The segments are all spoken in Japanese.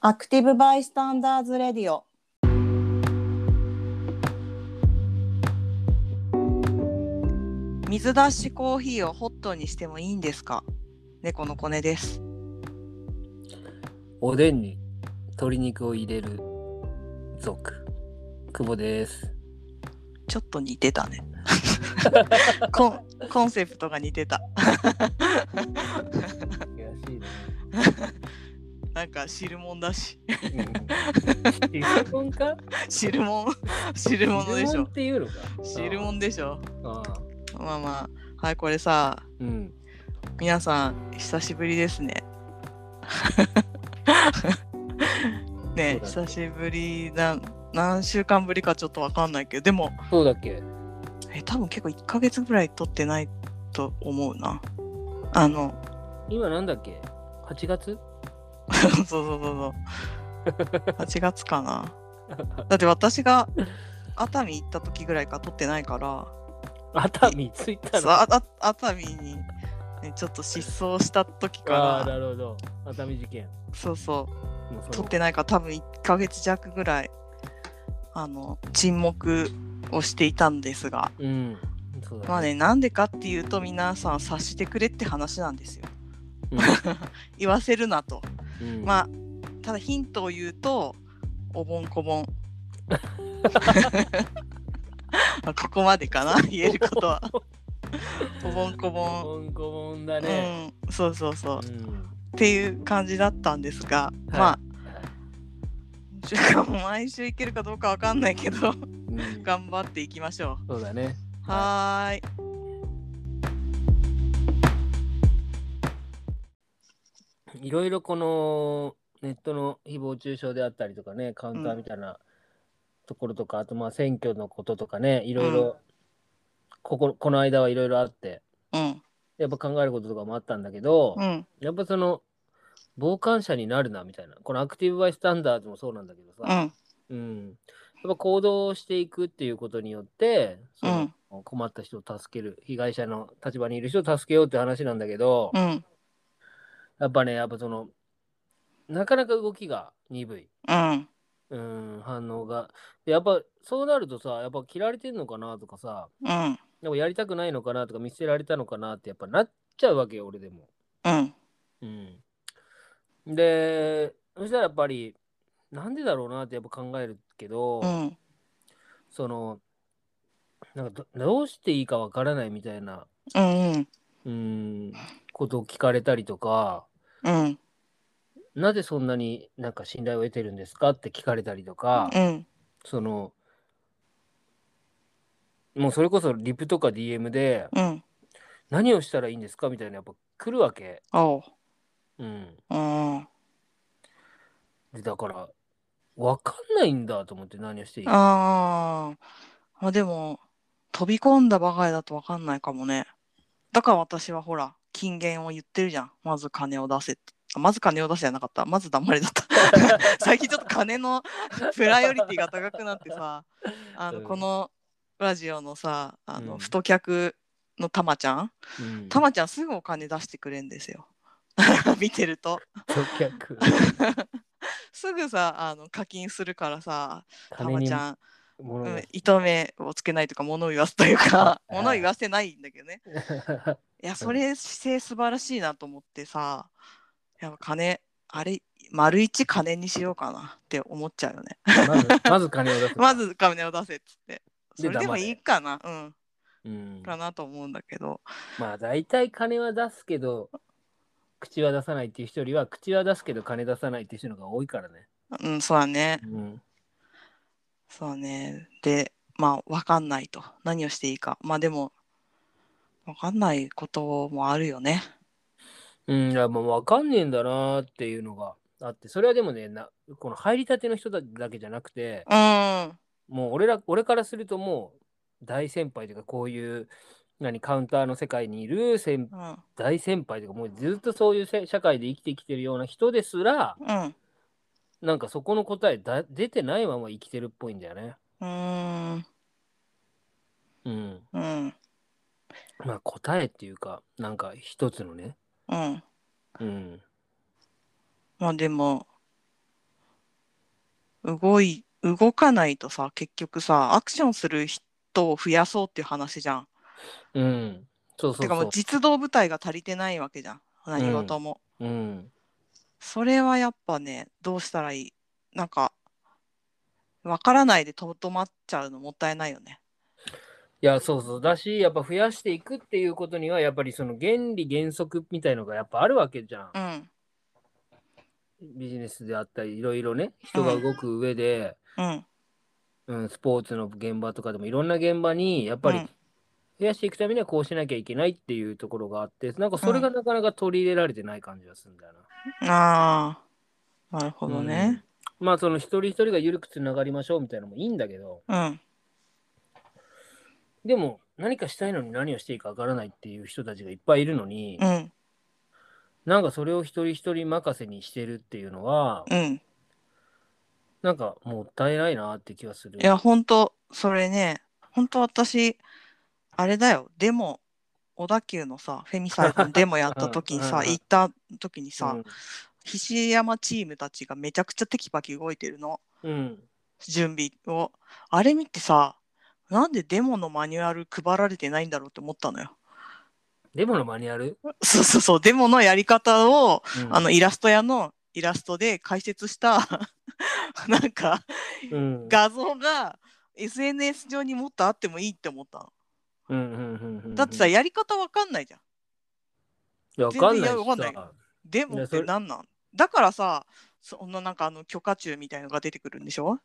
アクティブバイスタンダーズレディオ。水出しコーヒーをホットにしてもいいんですか猫のコネです。おでんに鶏肉を入れる族久保です。ちょっと似てたね。 コンコンセプトが似てた。悔しいなんか汁物だし。 ね。うん、質問か汁物 汁物でし質問ょっ。ていうのか。汁物でしょ。ああ。まあまあ。はい、これさ、うん。皆さん、久しぶりです ね。ねそうだね久しぶりな、何週間ぶりかちょっとわかんないけど、でも、そうだっけえ多分結構1ヶ月ぐらい撮ってないと思うなあの 今なんだっけ ?8 月そうそうそうそう8月かなだって私が熱海行った時ぐらいから撮ってない から熱海着いたそうの。あああ熱海に、ね、ちょっと失踪した時あ、かなるほど。熱海事件。らそうそもううそ撮のってないから多分1ヶ月弱ぐらいあの沈黙をしていたんですがうん。そうだまあねなんでかっていうと皆さん察してくれって話なんですよ 言わせるなとうんうんまあただヒントを言うとおぼんこ ぼんまあここまでかな言えること はおぼんこぼん、ボンコボンだうね。ん、そうそうそううん。っていう感じだったんですが、まあしかも毎週いけるかどうかわかんないけどうん頑張っていきましょそうだね。うはーいいろいろこのネットの誹謗中傷であったりとかね、カウンターみたいなところとか、あとまあ選挙のこととかね、いろいろ、こここの間はいろいろあって、うんやっぱ考えることとかもあったんだけど、うんやっぱその、傍観者になるなみたいな、このアクティブバイスタンダードもそうなんだけどうさ、んうんやっぱ行動していくっていうことによって、その困った人を助ける、被害者の立場にいる人を助けようって話なんだけど、うんやっぱね、やっぱその、なかなか動きが鈍い。うんうん、反応が。でやっぱそうなるとさ、やっぱ切られてんのかなとかさ、うんやっぱやりたくないのかなとか見捨てられたのかなってやっぱなっちゃうわけよ、俺でも。うんうん。で、そしたらやっぱり、なんでだろうなってやっぱ考えるけど、うんその、なんかどどうしていいかわからないみたいな、うんうん、ことを聞かれたりとか、うんなぜそんなになんか信頼を得てるんですかって聞かれたりとか、うんそのもうそれこそリプとか DM でうん何をしたらいいんですかみたいなやっぱ来るわけ、おううん、うんでだから分かんないんだと思って何をしていいかあーまあでも飛び込んだばかりだと分かんないかもねだから私はほら金言を言ってるじゃんまず金を出せってあまず金を出せじゃなかったまず黙れ だった最近ちょっと金のプライオリティが高くなってさあの、うんこのラジオのさあの、うん太客のたまちゃんうんたまちゃんすぐお金出してくれんですよ 見てると直客 すぐさあの課金するからさた金まにちゃん物うんが、糸目をつけないとか物を言わすという かはい物を言わせないんだけどねういやそれ姿勢素晴らしいなと思ってさやっぱ金あれ丸一金にしようかなって思っちゃうよね まずまず金を出すま、ず金を出せっつってそでれでも黙れいいかなうんうん、かなと思うんだけどまあ大体金は出すけど口は出さないっていう人よりは口は出すけど金出さないっていう人の方が多いからね、うんそうだねうん、そうだねでまあ分かんないと何をしていいかまあでも分かんないこともあるよねうん、いやもう分かんねえんだなーっていうのがあって、それはでもね、なこの入りたての人だだけじゃなくて、うんもう俺ら俺からするともう大先輩というか、こういう何カウンターの世界にいる先うん大先輩というか、もうずっとそういうせ社会で生きてきてるような人ですら、うんなんかそこの答えだ出てないまま生きてるっぽいんだよね。うーんうん。うんまあ答えっていうか、なんか一つのね。うんうん。まあでも動い、動かないとさ、結局さ、アクションする人を増やそうっていう話じゃん。うん。そうそうそう。てかもう実動部隊が足りてないわけじゃん。何事も。うん。それはやっぱね、どうしたらいいなんか、わからないでとどまっちゃうのもったいないよね。いや、そうそう。だし、やっぱ増やしていくっていうことには、やっぱりその原理原則みたいのがやっぱあるわけじゃんう。ん。ビジネスであったり、いろいろね、人が動く上で、うん。うん、スポーツの現場とかでもいろんな現場に、やっぱうりん増やしていくためにはこうしなきゃいけないっていうところがあって、なんかそれがなかなか取り入れられてない感じがするんだよな。ああ。なるほどね。うん。まあ、その一人一人が緩くつながりましょうみたいなのもいいんだけど、うん。でも何かしたいのに何をしていいかわからないっていう人たちがいっぱいいるのに、うん。なんかそれを一人一人任せにしてるっていうのは、うん。なんかもったいないなって気がする。いや、ほんと、それね、ほんと私、あれだよ、でも、小田急のさ、フェミサイドのデモやった時に うんさ、うんうん行った時にさ、うん菱山チームたちがめちゃくちゃテキパキ動いてるの、うん、準備を。あれ見てさ、なんでデモのマニュアル配られてないんだろうって思ったのよ。 デモのマニュアル、そうそうそう、デモのやり方を、うんあの、イラスト屋のイラストで解説した、 なんか、うん、画像が SNS 上にもっとあってもいいって思ったの。うんうんうんうんだってさ、やり方わかんないじゃん。いやわかんないし全然わかんないさデモいやっそれてなんなんだからさ、そんななんかあの許可中みたいのが出てくるんでしょ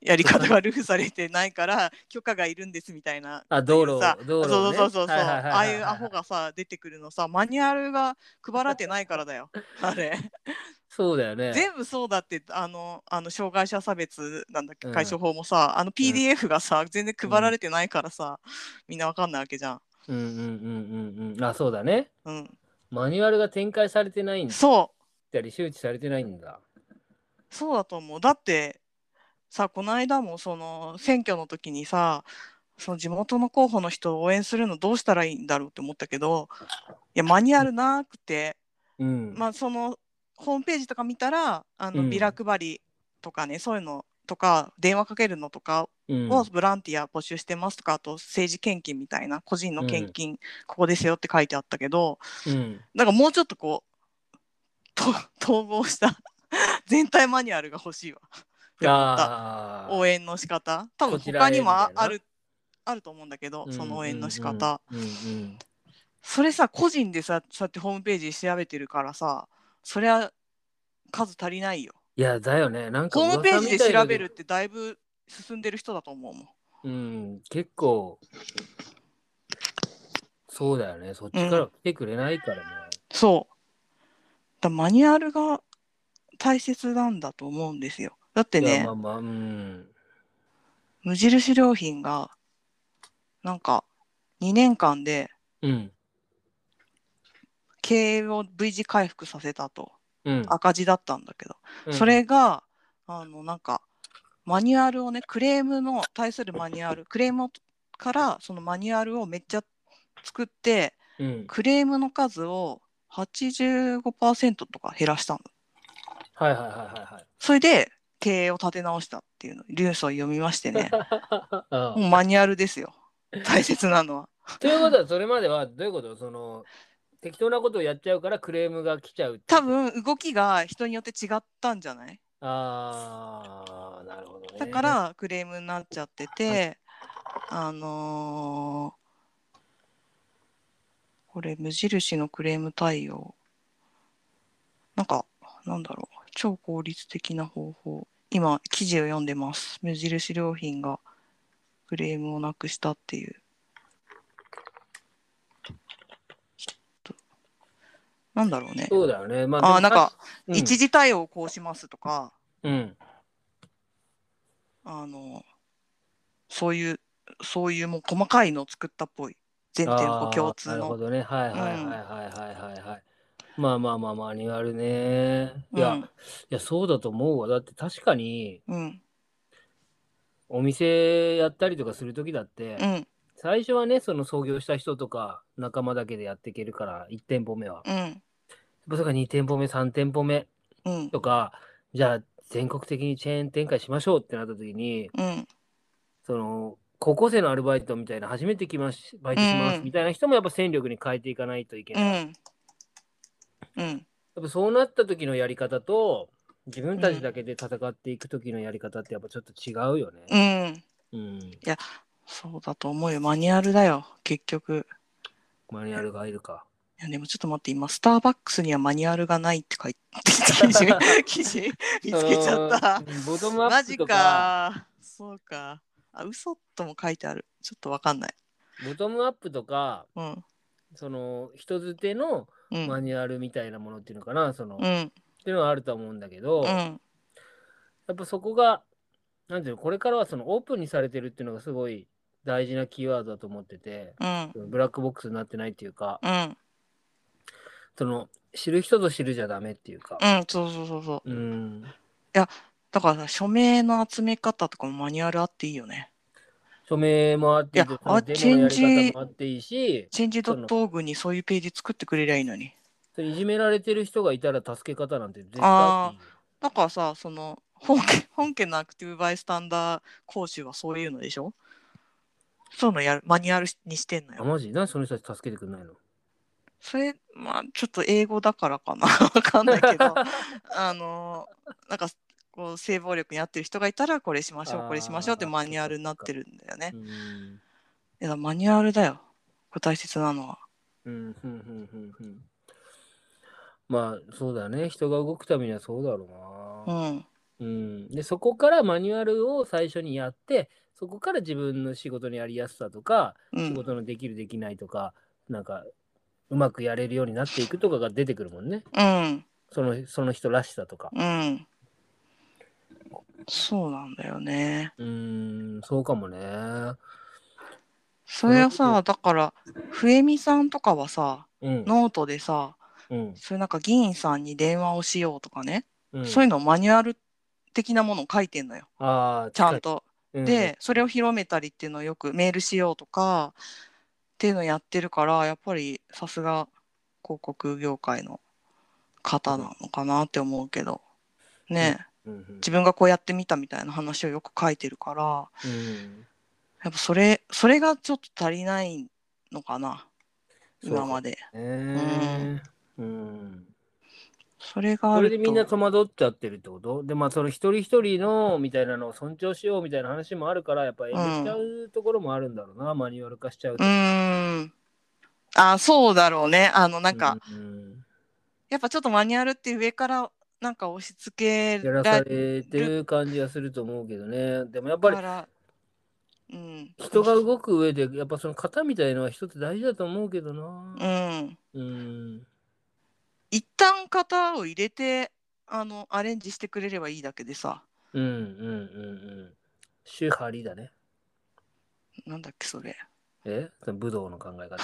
やり方がルフされてない から許可がいるんですみたいな。あ、道路さ、道路そをうね、そうそうそう、ああいうアははははホ。がさ出てくるのさマニュアルが配られてないからだ よあれそうだよね。全部そうだってあのあの障害者差別なんだっけうん解消法もさ、あの PDF がさ全然配られてないからさ、みんなわかんないわけじゃん、うんうんうんうんうん。あ、そうだね。うん、マニュアルが展開されてないんだそうったり、周知されてないんだ。そうだと思う。だってさこの間もその選挙の時にさその地元の候補の人を応援するのどうしたらいいんだろうって思ったけどいやマニュアルなくて、うん。まあ、そのホームページとか見たらあうのんビラ配りとかね、そういうのとか電話かけるのとかうんをボランティア募集してますとかあと政治献金みたいな個人の献金、ここですよって書いてあったけど、うんなんかもうちょっとこうと 統合した全体マニュアルが欲しいわ。あー応援の仕方多分こちら他へにもあみたいなあるあると思うんだけどその応援の仕方、。うんうんうんそれさ個人でさそうやってホームページ調べてるからさそりゃ数足りないよいや、だよね。なんかホームページで噂みたいだけど調べるってだいぶ進んでる人だと思うもんうん、結構、そうだよね。そっちから来てくれないからね。そうだマニュアルが大切なんだと思うんですよだっていやねまあまあ、うん。無印良品がなんか2年間でうん。経営を V 字回復させたとうん。赤字だったんだけどうんそ、れがあのなんかマニュアルをねクレームの対するマニュアルクレームからそのマニュアルをめっちゃ作ってうん。クレームの数を85%とか減らしたのはいはいはいはいはい。それで経営を立て直したっていうのニュースを読みまして ねあもうマニュアルですよ大切なのは ということは、それまではどういうことその、適当なことをやっちゃうからクレームが来ちゃうってこと多。分動きが人によって違ったんじゃないああ、なるほどね。だか、らクレームになっちゃってて、あのーこれ無印のクレーム対応なんかなんだろう超効率的な方法今記事を読んでます無印良品がクレームをなくしたっていうちょっとなんだろうねそうだよね。まあーなんか、でも一、時対応をこうしますとか、うん。あの、そういう、そういうもう細かいのを作ったっぽい。全店舗共通あーなるほの。どね。はいはいはいはいはいはいはい。まあまあまあマニュアルね。いや、うんいやそうだと思うわ。だって確かにうん、お店やったりとかする時だって、うん、最初はねその創業した人とか仲間だけでやっていけるから1店舗目は。やっうん、ぱそれから2店舗目3店舗目うん、とかじゃあ全国的にチェーン展開しましょうってなった時にうん。その高校生のアルバイトみたいな初めて来ますバイトしまうすんみたいな人もやっぱ戦力に変えていかないといけうない、ん。うん。やっぱそうなった時のやり方と自分たちだけで戦っていく時のやり方ってやっぱちょっと違うよね。うん。うん、そうだと思うよ。マニュアルだよ。結局。マニュアルがいるか。いやでもちょっと待って、今、スターバックスにはマニュアルがないって書いて記事、記事 見つけちゃったう。ん。ボトムアマッジプとかか。そうか。あ、嘘とも書いてある。ちょっとわかんない。ボトムアップとかうん。その人づてのうん。マニュアルみたいなものっていうのかな、その、うっん。ていうのはあると思うんだけど、うやん。っぱそこがなんていうのこれからはそのオープンにされてるっていうのがすごい大事なキーワードだと思ってて、うん。そのブラックボックスになってないっていうか、うん。その知る人と知るじゃダメっていうか。うん。そうそうそうそう。うんだからさ、署名の集め方とかもマニュアルあっていいよね。署名もあっていいいやそのあデモのやりチェンジ方もあっていいし、チェンジ .org にそういうページ作ってくれりゃいいのに。それいじめられてる人がいたら助け方なんて絶対あっていいだからさ、その、本家 本家のアクティブバイスタンダー講習はそういうのでしょそういうのやる、マニュアルにしてんのあ、よ。マジなんでその人たち助けてくんないのそれ、まあ、ちょっと英語だからかな。 わかんないけ ど、あの、なんか、こう、性暴力に合ってる人がいたら、これしましょあう、ーこれしましょうってマニュアルになってるんだよねう。んいや、マニュアルだよ。これ大切なのは。うんうんうんうんうんまあそうだね人が動くためにはそうだろううな、ん。うん、でそこからマニュアルを最初にやってそこから自分の仕事のやりやすさとかう仕ん。事のできるできないとかなんかうまくやれるようになっていくとかが出てくるもんねうん。そのその人らしさとかうん。そうなんだよね。うーん、そうかもね。それはなさだから笛美さんとかはさうん。ノートでさうん。そういうなんか議員さんに電話をしようとかね、うん、そういうのをマニュアル的なものを書いてんのよああ、ちゃんと。うん。でそれを広めたりっていうのをよくメールしようとかっていうのをやってるからやっぱりさすが広告業界の方なのかなって思うけどね、うんうん自分がこうやってみたみたいな話をよく書いてるからうんやっぱそれそれがちょっと足りないのかな今まで。ねえうん。それがあそるれとでみんな戸惑っちゃってるってことで、まあ、その一人一人のみたいなのを尊重しようみたいな話もあるから、やっぱ遠慮しちゃうところもあるんだろうな、マニュアル化しちゃううと。ーん。あ、そうだろうね。あの、なんか、うん、やっぱちょっとマニュアルって上から、なんか押し付けやららされれてる感じがすると思うけどね。でもやったぱりら、うん。人が動く上で、やっぱその型みたいのは一つ大事だと思うけどうな。ん。うん。一旦型を入れて、あの、アレンジしてくれればいいだけでさ、うんうんうんうん。宗派リだね。なんだっけ、それ。えその武道の考 え方。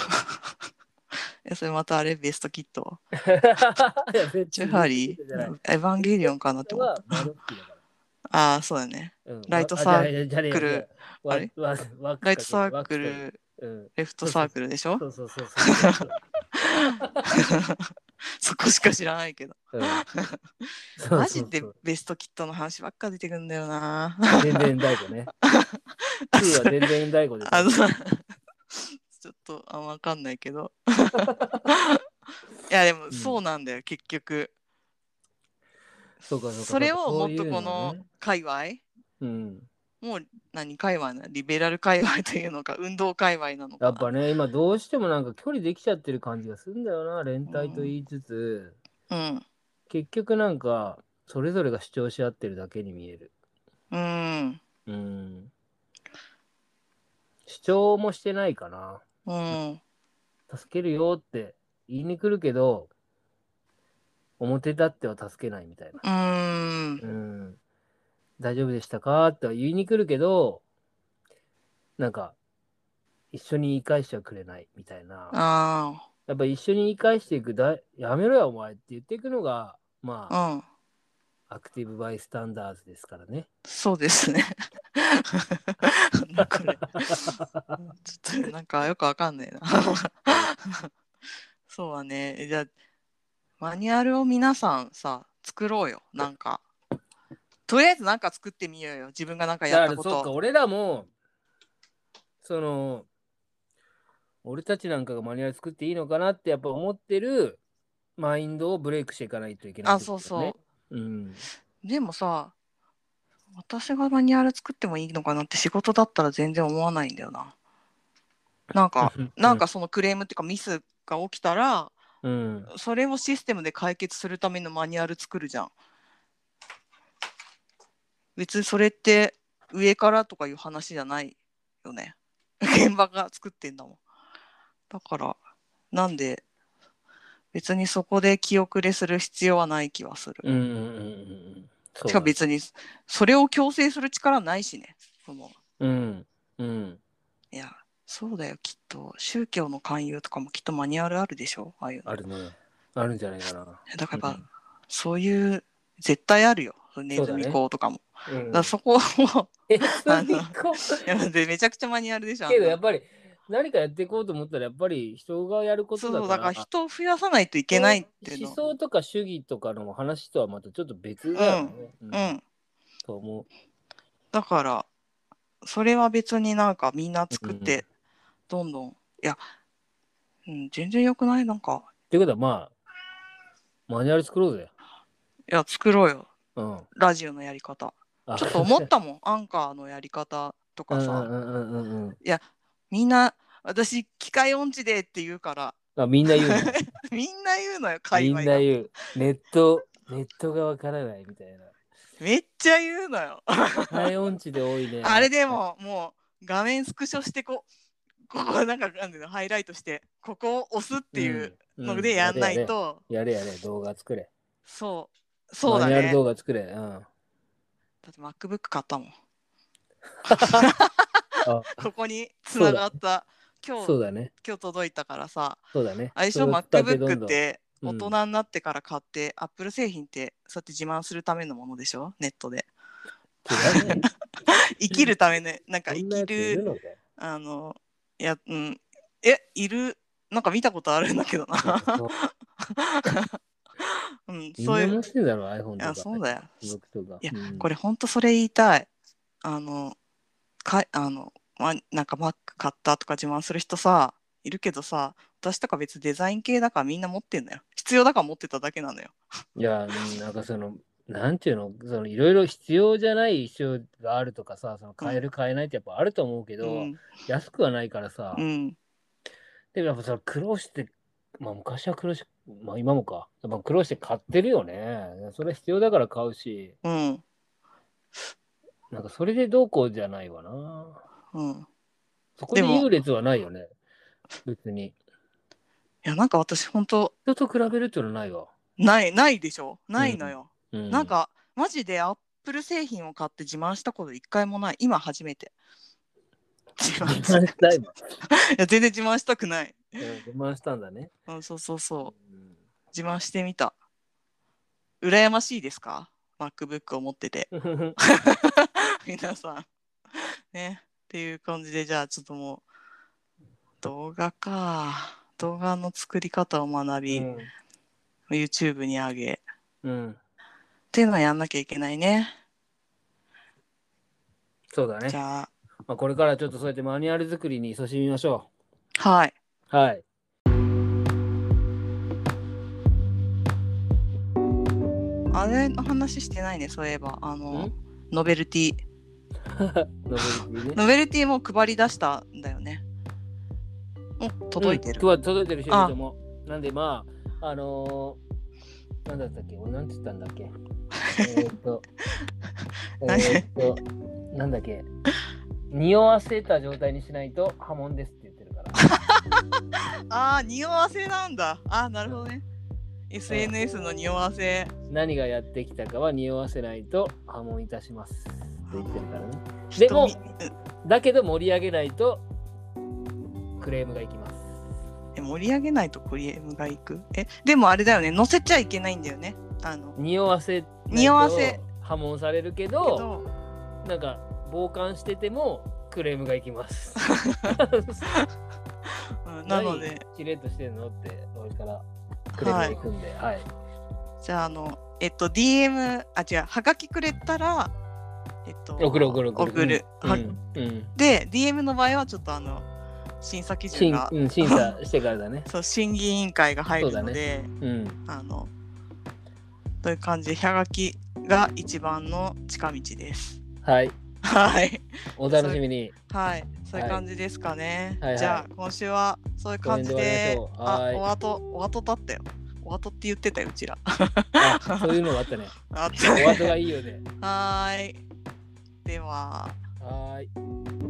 え、それまたあれ、ベストキットいや別チュハリじゃないーエヴァンゲリオンかなって人思っはた。マロッキーだかああ、そうだね。らうんライトあサークルじゃねえじゃねえあれわわわライトサークわル、うん。レフトサークルでしょそうそうそう そう。そこしか知らないけど。うんそうマジそうでそうベストキットの話ばっか出てくるんだよな。全然大 悟ね。2は全然大悟です。あの、ちょっとあんまわかんないけ ど。いやでもんそうなんだよ、結局。そうかそうかそれをそもうかっとこの界隈、そういうのねうん。もう何界隈なリベラル界隈というのか運動界隈なのかやっぱね、今どうしてもなんか距離できちゃってる感じがするんだよな、連帯と言いつつ、うん結局なんか、それぞれが主張し合ってるだけに見える。うんうん。主張もしてないかな。うん助けるよって言いに来るけど、表立っては助けないみたいな。うんうん。大丈夫でしたかっては言いに来るけど、なんか、一緒に言い返してはくれないみたいな。あやっぱ一緒に言い返していくだ、やめろよお前って言っていくのが、まあ、あうんアクティブバイスタンダーズですからね。そうですねなんかこれちょっとなんかよくわかんないな。そうはね。じゃあマニュアルを皆さんさ作ろうよ。なんかとりあえずなんか作ってみようよ。自分がなんかだやかったらこそっかと。俺らもその俺たちなんかがマニュアル作っていいのかなってやっぱ思ってるマインドをブレイクしていかないといけないあ、ってそこうとだね、そう。うん、でもさ、私がマニュアル作ってもいいのかなって仕事だったら全然思わないんだよな。なんか、なんかそのクレームっていうかミスが起きたら、うんそれをシステムで解決するためのマニュアル作るじゃん。別にそれって上からとかいう話じゃないよね。現場が作ってんだもん。だから、なんで、別にそこで気遅れする必要はない気はする。うんうんうんうんそうしだかも別にそれを強制する力ないしね。そのうんうんいやそうだよきっと宗教の勧誘とかもきっとマニュアルあるでしょああいうのあるねあるんじゃないかなだからやっぱ、そういう絶対あるよネズミ講とかもうんだうんからそこを えそう行こういやでめちゃくちゃマニュアルでしょあんなけどやっぱり何かやっていこうと思ったらやっぱり人がやることそだうかそらうだから人を増やさないといけないっていうの思想とか主義とかの話とはまたちょっと別だよね。うんうんと思だからそれは別になんかみんな作って、どんどんいや、うん、全然よくないなんかう。ってことはまあマニュアル作ろうぜ。いや作ろうようん、ラジオのやり方あちょっと思った もんアンカーのやり方とうかんうさ、んうんうんうんいやみんな私機械音痴でって言うからあみんな言うねみんな言うのよ 界みん隈なが言う。ネットネットがわからないみたいな。めっちゃ言うのよ体音痴で多いね。あれでももう画面スクショしてこここなんかなんていうのハイライトしてここを押すっていううんのでやんない。うんと、やれやれやれ動画作れ。そうそうだマニュアねル動画作れ。うん。だって MacBook 買ったもんあそ こに繋がった今そう日だね。今日届いたからさ、そうだね。あれでしそょれを使てどん MacBook どんってう大ん人になってから買って、アップル製品ってそうやって自慢するためのものでしょネットで違うね生きるためねなんかそ生んなやきついるるのかよあのいやうんえいるなんか見たことあるんだけどな、 うん、みんそうないう持ってんだろ、iPhone いとか。やそうだよ僕とか。いやうんこれほんとそれ言いたいあのかあの、ま、なんか Mac 買ったとか自慢する人さいるけどさ私とか別にデザイン系だからみんな持ってんのよ必要だから持ってただけなのよいや、なんかその、なんていうの、そのいろいろ必要じゃない必要があるとかさ、その買える、買えないってやっぱあると思うけど、うん安くはないからさ、うんでもやっぱその苦労して、まあ昔は苦労して、まあ今もか、やっぱ苦労して買ってるよね。それは必要だから買うし、うんなんかそれでどうこうじゃないわな。うんそこででも優劣はないよね。別に。いやなんか私本当人と比べるっていうのはないわ。ないないでしょないのよ、うなん、かマジでアップル製品を買って自慢したこと一回もない今初めて自慢 自慢したいもんいや全然自慢したくない、うん自慢したん だね。うん、そうそうそううん自慢してみた羨ましいですか MacBook を持ってて皆さんねっていう感じでじゃあちょっともう動画か動画の作り方を学び、YouTube に上げうん、うん、っていうのはやんなきゃいけないね。そうだねじ。ゃあ、まあ、これからちょっとそうやってマニュアル作りに勤しみましょはい。う。はい。あれの話してないね、そういえば。あの、ノベルティ。ノベルティね。ノベルティも配り出したんだよね。もう 届いてる。うん、届いてるし、あでも。なんで、まあ、あのー、なんだったっけ俺なんつったんだっけえーっ と、え何ーっと、なんだっけ匂わせた状態にしないと波紋ですって言ってるから。ああ、匂わせなんだ。ああ、なるほどね。SNS の匂わせ。何がやってきたかは匂わせないと波紋いたしますって言ってるからね。で人も見うんだけど盛り上げないとクレームがいきます。え盛り上げないとクリエムがいく。え、でもあれだよね、載せちゃいけないんだよね。あの、匂わせないと匂わせ破門されるけけどど、なんか傍観しててもクレームがいきます うんなので、何しれっとしてんのって俺からクレームがいくんではい、じゃあ、あの、えっと、DM、あ、違う、はがきくれたら、えっと、送る送る送る送る。うんはうんで、DM の場合は、ちょっとあの、審査基準審が、うん審査してからだねそう、審議委員会が入るので、うんあの、という感じで、はがきが一番の近道です。 はいはい。お楽しみにはい、そういう感じですかね。はいはいはいじゃあ、今週はそういう感じで、この辺で終わりましょうはあい、お後、お後だったよ。お後って言ってたよ、うちら。 あそういうのがあったねあっおた 後がいいよねはーい。では。はーい